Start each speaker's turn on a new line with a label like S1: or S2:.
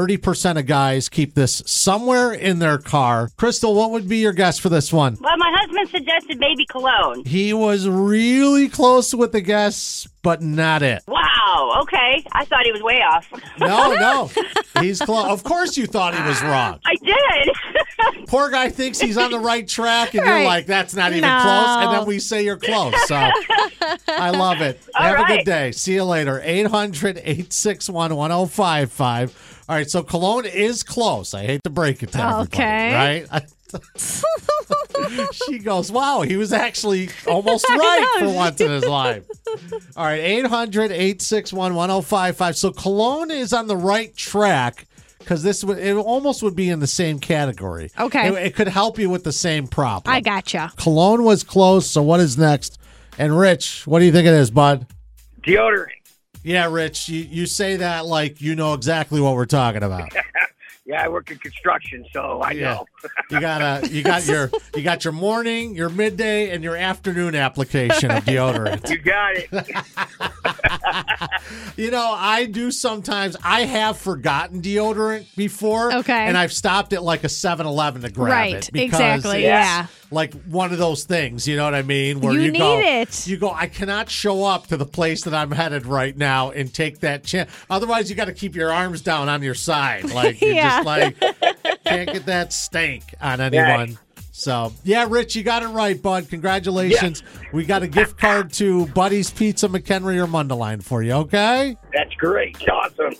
S1: 30% of guys keep this somewhere in their car. Crystal, what would be your guess for this one?
S2: Well, my husband suggested baby cologne.
S1: He was really close with the guess, but not it.
S2: Wow. Okay. I thought he was way off.
S1: No, no. He's close. Of course you thought he was wrong.
S2: I did.
S1: Poor guy thinks he's on the right track, and
S3: Right.
S1: you're like, that's not even
S3: No.
S1: close. And then we say you're close. So I love it. Have a
S2: right.
S1: good day. See you later. 800 861 1055. All right. So Cologne is close. I hate to break it to everybody.
S3: Okay.
S1: Right? she goes, wow, he was actually almost right for once in his life. All right, 800 861 1055. So Cologne is on the right track because this would, it almost would be in the same category.
S3: Okay.
S1: It, it could help you with the same problem.
S3: I gotcha.
S1: Cologne was close, so what is next? And Rich, what do you think it is, bud?
S4: Deodorant.
S1: Yeah, Rich, you, you say that like you know exactly what we're talking about.
S4: Yeah, I work in construction, so I
S1: Yeah.
S4: know.
S1: You got a you got your you got your morning, your midday, and your afternoon application of deodorant.
S4: You got it.
S1: You know, I do sometimes. I have forgotten deodorant before.
S3: Okay.
S1: And I've stopped at like a 7 Eleven to grab
S3: Right,
S1: it. because
S3: exactly,
S1: it's
S3: yeah.
S1: Like one of those things, you know what I mean? Where
S3: You
S1: you, go,
S3: need it.
S1: You go, I cannot show up to the place that I'm headed right now and take that chance. Otherwise, you got to keep your arms down on your side. Like, you're
S3: Yeah.
S1: just like, can't get that stank on anyone. So, yeah, Rich, you got it right, bud. Congratulations. We got a gift card to Buddy's Pizza, McHenry, or Mundaline for you, okay?
S4: That's great. Awesome.